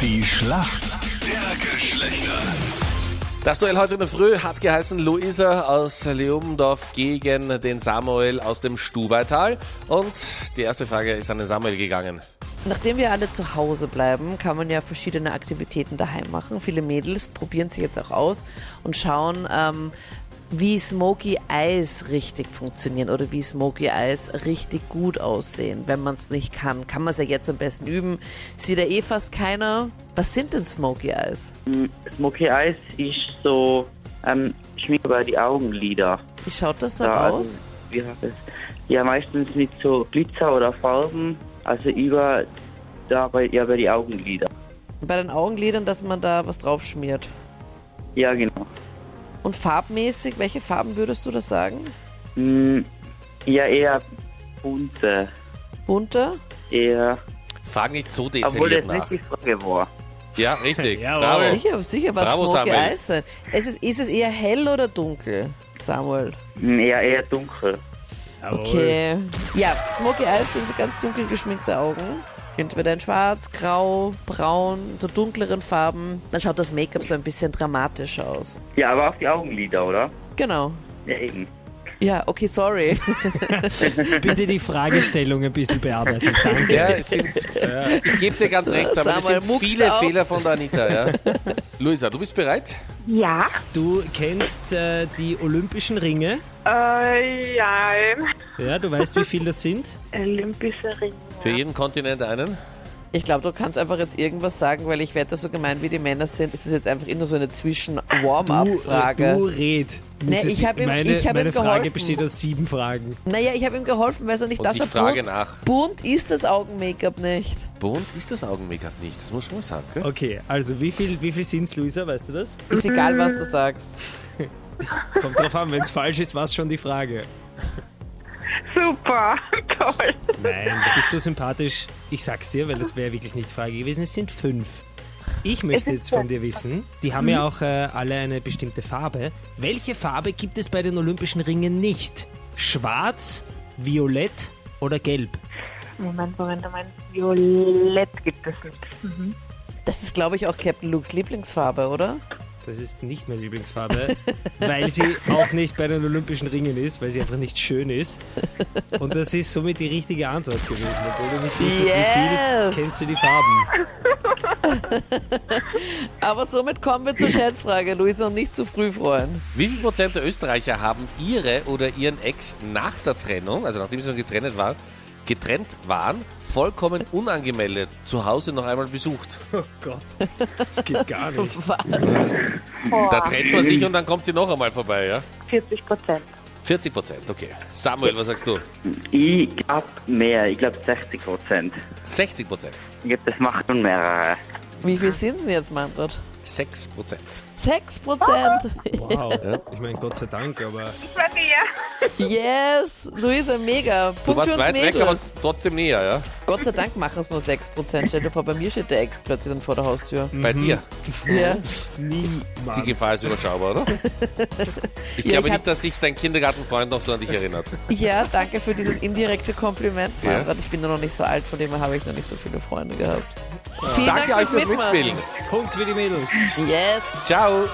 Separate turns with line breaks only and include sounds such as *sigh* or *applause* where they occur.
Die Schlacht der Geschlechter.
Das Duell heute in der Früh hat geheißen Luisa aus Leobendorf gegen den Samuel aus dem Stubaital. Und die erste Frage ist an den Samuel gegangen.
Nachdem wir alle zu Hause bleiben, kann man ja verschiedene Aktivitäten daheim machen. Viele Mädels probieren sich jetzt auch aus und schauen, ähm, wie Smoky Eyes richtig funktionieren oder wie Smoky Eyes richtig gut aussehen. Wenn man es nicht kann, kann man es ja jetzt am besten üben. Sieht ja eh fast keiner. Was sind denn Smoky Eyes?
Smoky Eyes ist so ähm, Schminke über die Augenlider.
Wie schaut das dann
Ja, also,
aus?
Ja, das- ja, meistens mit so Glitzer oder Farben, also über, da bei, ja, bei die Augenlider.
Bei den Augenlidern, dass man da was drauf schmiert.
Ja, genau.
Und farbmäßig, welche Farben würdest du das sagen?
Hm, ja, eher bunte,
Bunte?
eher,
Frag nicht so
obwohl das
detailliert nach.
nicht die Frage war.
Ja, richtig.
Jawohl.
Bravo.
Sicher, sicher, was
Bravo,
Smoky
Samuel.
Eyes sind. Es ist, ist es eher hell oder dunkel, Samuel?
Hm, Ja, eher dunkel.
Jawohl.
Okay. Ja, Smoky Eyes sind so ganz dunkel geschminkte Augen. Entweder in schwarz, grau, braun, so dunkleren Farben. Dann schaut das Make-up so ein bisschen dramatisch aus.
Ja, aber auf die Augenlider, oder?
Genau.
Ja, eben.
Ja, okay, sorry. *laughs*
Bitte die Fragestellung ein
*laughs*
bisschen bearbeiten. Danke.
Ja, es sind, ich gebe dir ganz recht, Samuel, es
Samuel,
sind
muckst
viele
auf.
Fehler von der Anita. Ja.
*laughs*
Luisa, du bist bereit?
Ja.
Du kennst äh, die Olympischen Ringe.
Äh, ja.
Ja, du weißt, wie viel das
*laughs*
sind.
Olympische Ringe.
Für jeden Kontinent einen?
Ich glaube, du kannst einfach jetzt irgendwas sagen, weil ich werde das so gemein, wie die Männer sind. Es ist jetzt einfach eh nur so eine
Du, äh, du
Zwischen-Warm-Up-Frage.
red.
Nee,
Mrs.
ich hab ihm-
meine
ich hab ihm
meine Frage
geholfen.
besteht aus sieben Fragen.
Naja, ich habe ihm geholfen, weil so nicht
Und
das
ich frage nach.
Bunt ist das Augen-Make-up nicht.
Bunt ist das Augen-Make-up nicht, das muss man sagen. Gell?
Okay, also wie viel, wie viel sind es, Luisa? Weißt du das?
Ist egal, was du sagst.
Kommt drauf an, wenn es falsch ist, war es schon die Frage.
Super, *laughs* toll.
Nein, du bist so sympathisch. Ich sag's dir, weil das wäre wirklich nicht die Frage gewesen. Es sind fünf. Ich möchte jetzt von dir wissen, die haben ja auch äh, alle eine bestimmte Farbe. Welche Farbe gibt es bei den Olympischen Ringen nicht? Schwarz, Violett oder Gelb?
Moment, Moment, Moment. Violett gibt es nicht. Mhm.
Das ist, glaube ich, auch Captain Lukes Lieblingsfarbe, oder?
Das ist nicht meine Lieblingsfarbe, weil sie auch nicht bei den Olympischen Ringen ist, weil sie einfach nicht schön ist. Und das ist somit die richtige Antwort gewesen. Obwohl du nicht wusstest, wie
Yes.
viel, kennst du die Farben.
Aber somit
*clears throat*
kommen wir zur Schätzfrage, Luisa, und nicht zu früh freuen.
Wie viel Prozent der Österreicher haben ihre oder ihren Ex nach der Trennung, also nachdem sie schon getrennt waren, getrennt waren, vollkommen unangemeldet zu Hause noch einmal besucht?
Oh Gott, das geht gar nicht.
Da
Boah,
trennt man sich und dann kommt sie noch einmal vorbei, ja?
40 Prozent.
40 Prozent, okay. Samuel, was sagst du?
Ich glaube mehr, ich glaube 60 Prozent.
60 Prozent.
Ich glaube, das macht nun mehrere.
Wie viel sind es denn jetzt, Manfred?
6 Prozent.
Sechs
*laughs*
Prozent.
Wow, ich meine, Gott sei Dank, aber
Bei mir.
Yes, Luisa, mega. Punkt
Du warst
für uns
weit weg,
Mädels.
aber trotzdem näher, ja?
Gott sei Dank machen es nur sechs Prozent. Stell dir vor, bei mir steht der Ex plötzlich dann vor der Haustür.
Bei dir. Mhm.
Ja.
Die
niemand.
Gefahr ist überschaubar,
*laughs*
oder? Ich glaube
Ja, ich hab-
nicht, dass sich dein Kindergartenfreund noch so an dich erinnert.
ja, danke für dieses indirekte Kompliment,
Ja.
Manfred. Ich bin nur noch nicht so alt, von dem her habe ich noch nicht so viele Freunde gehabt. Vielen
Danke euch
Dank
fürs Mitspielen.
Punkt für die Mädels.
Mitmachen. Yes.
Ciao.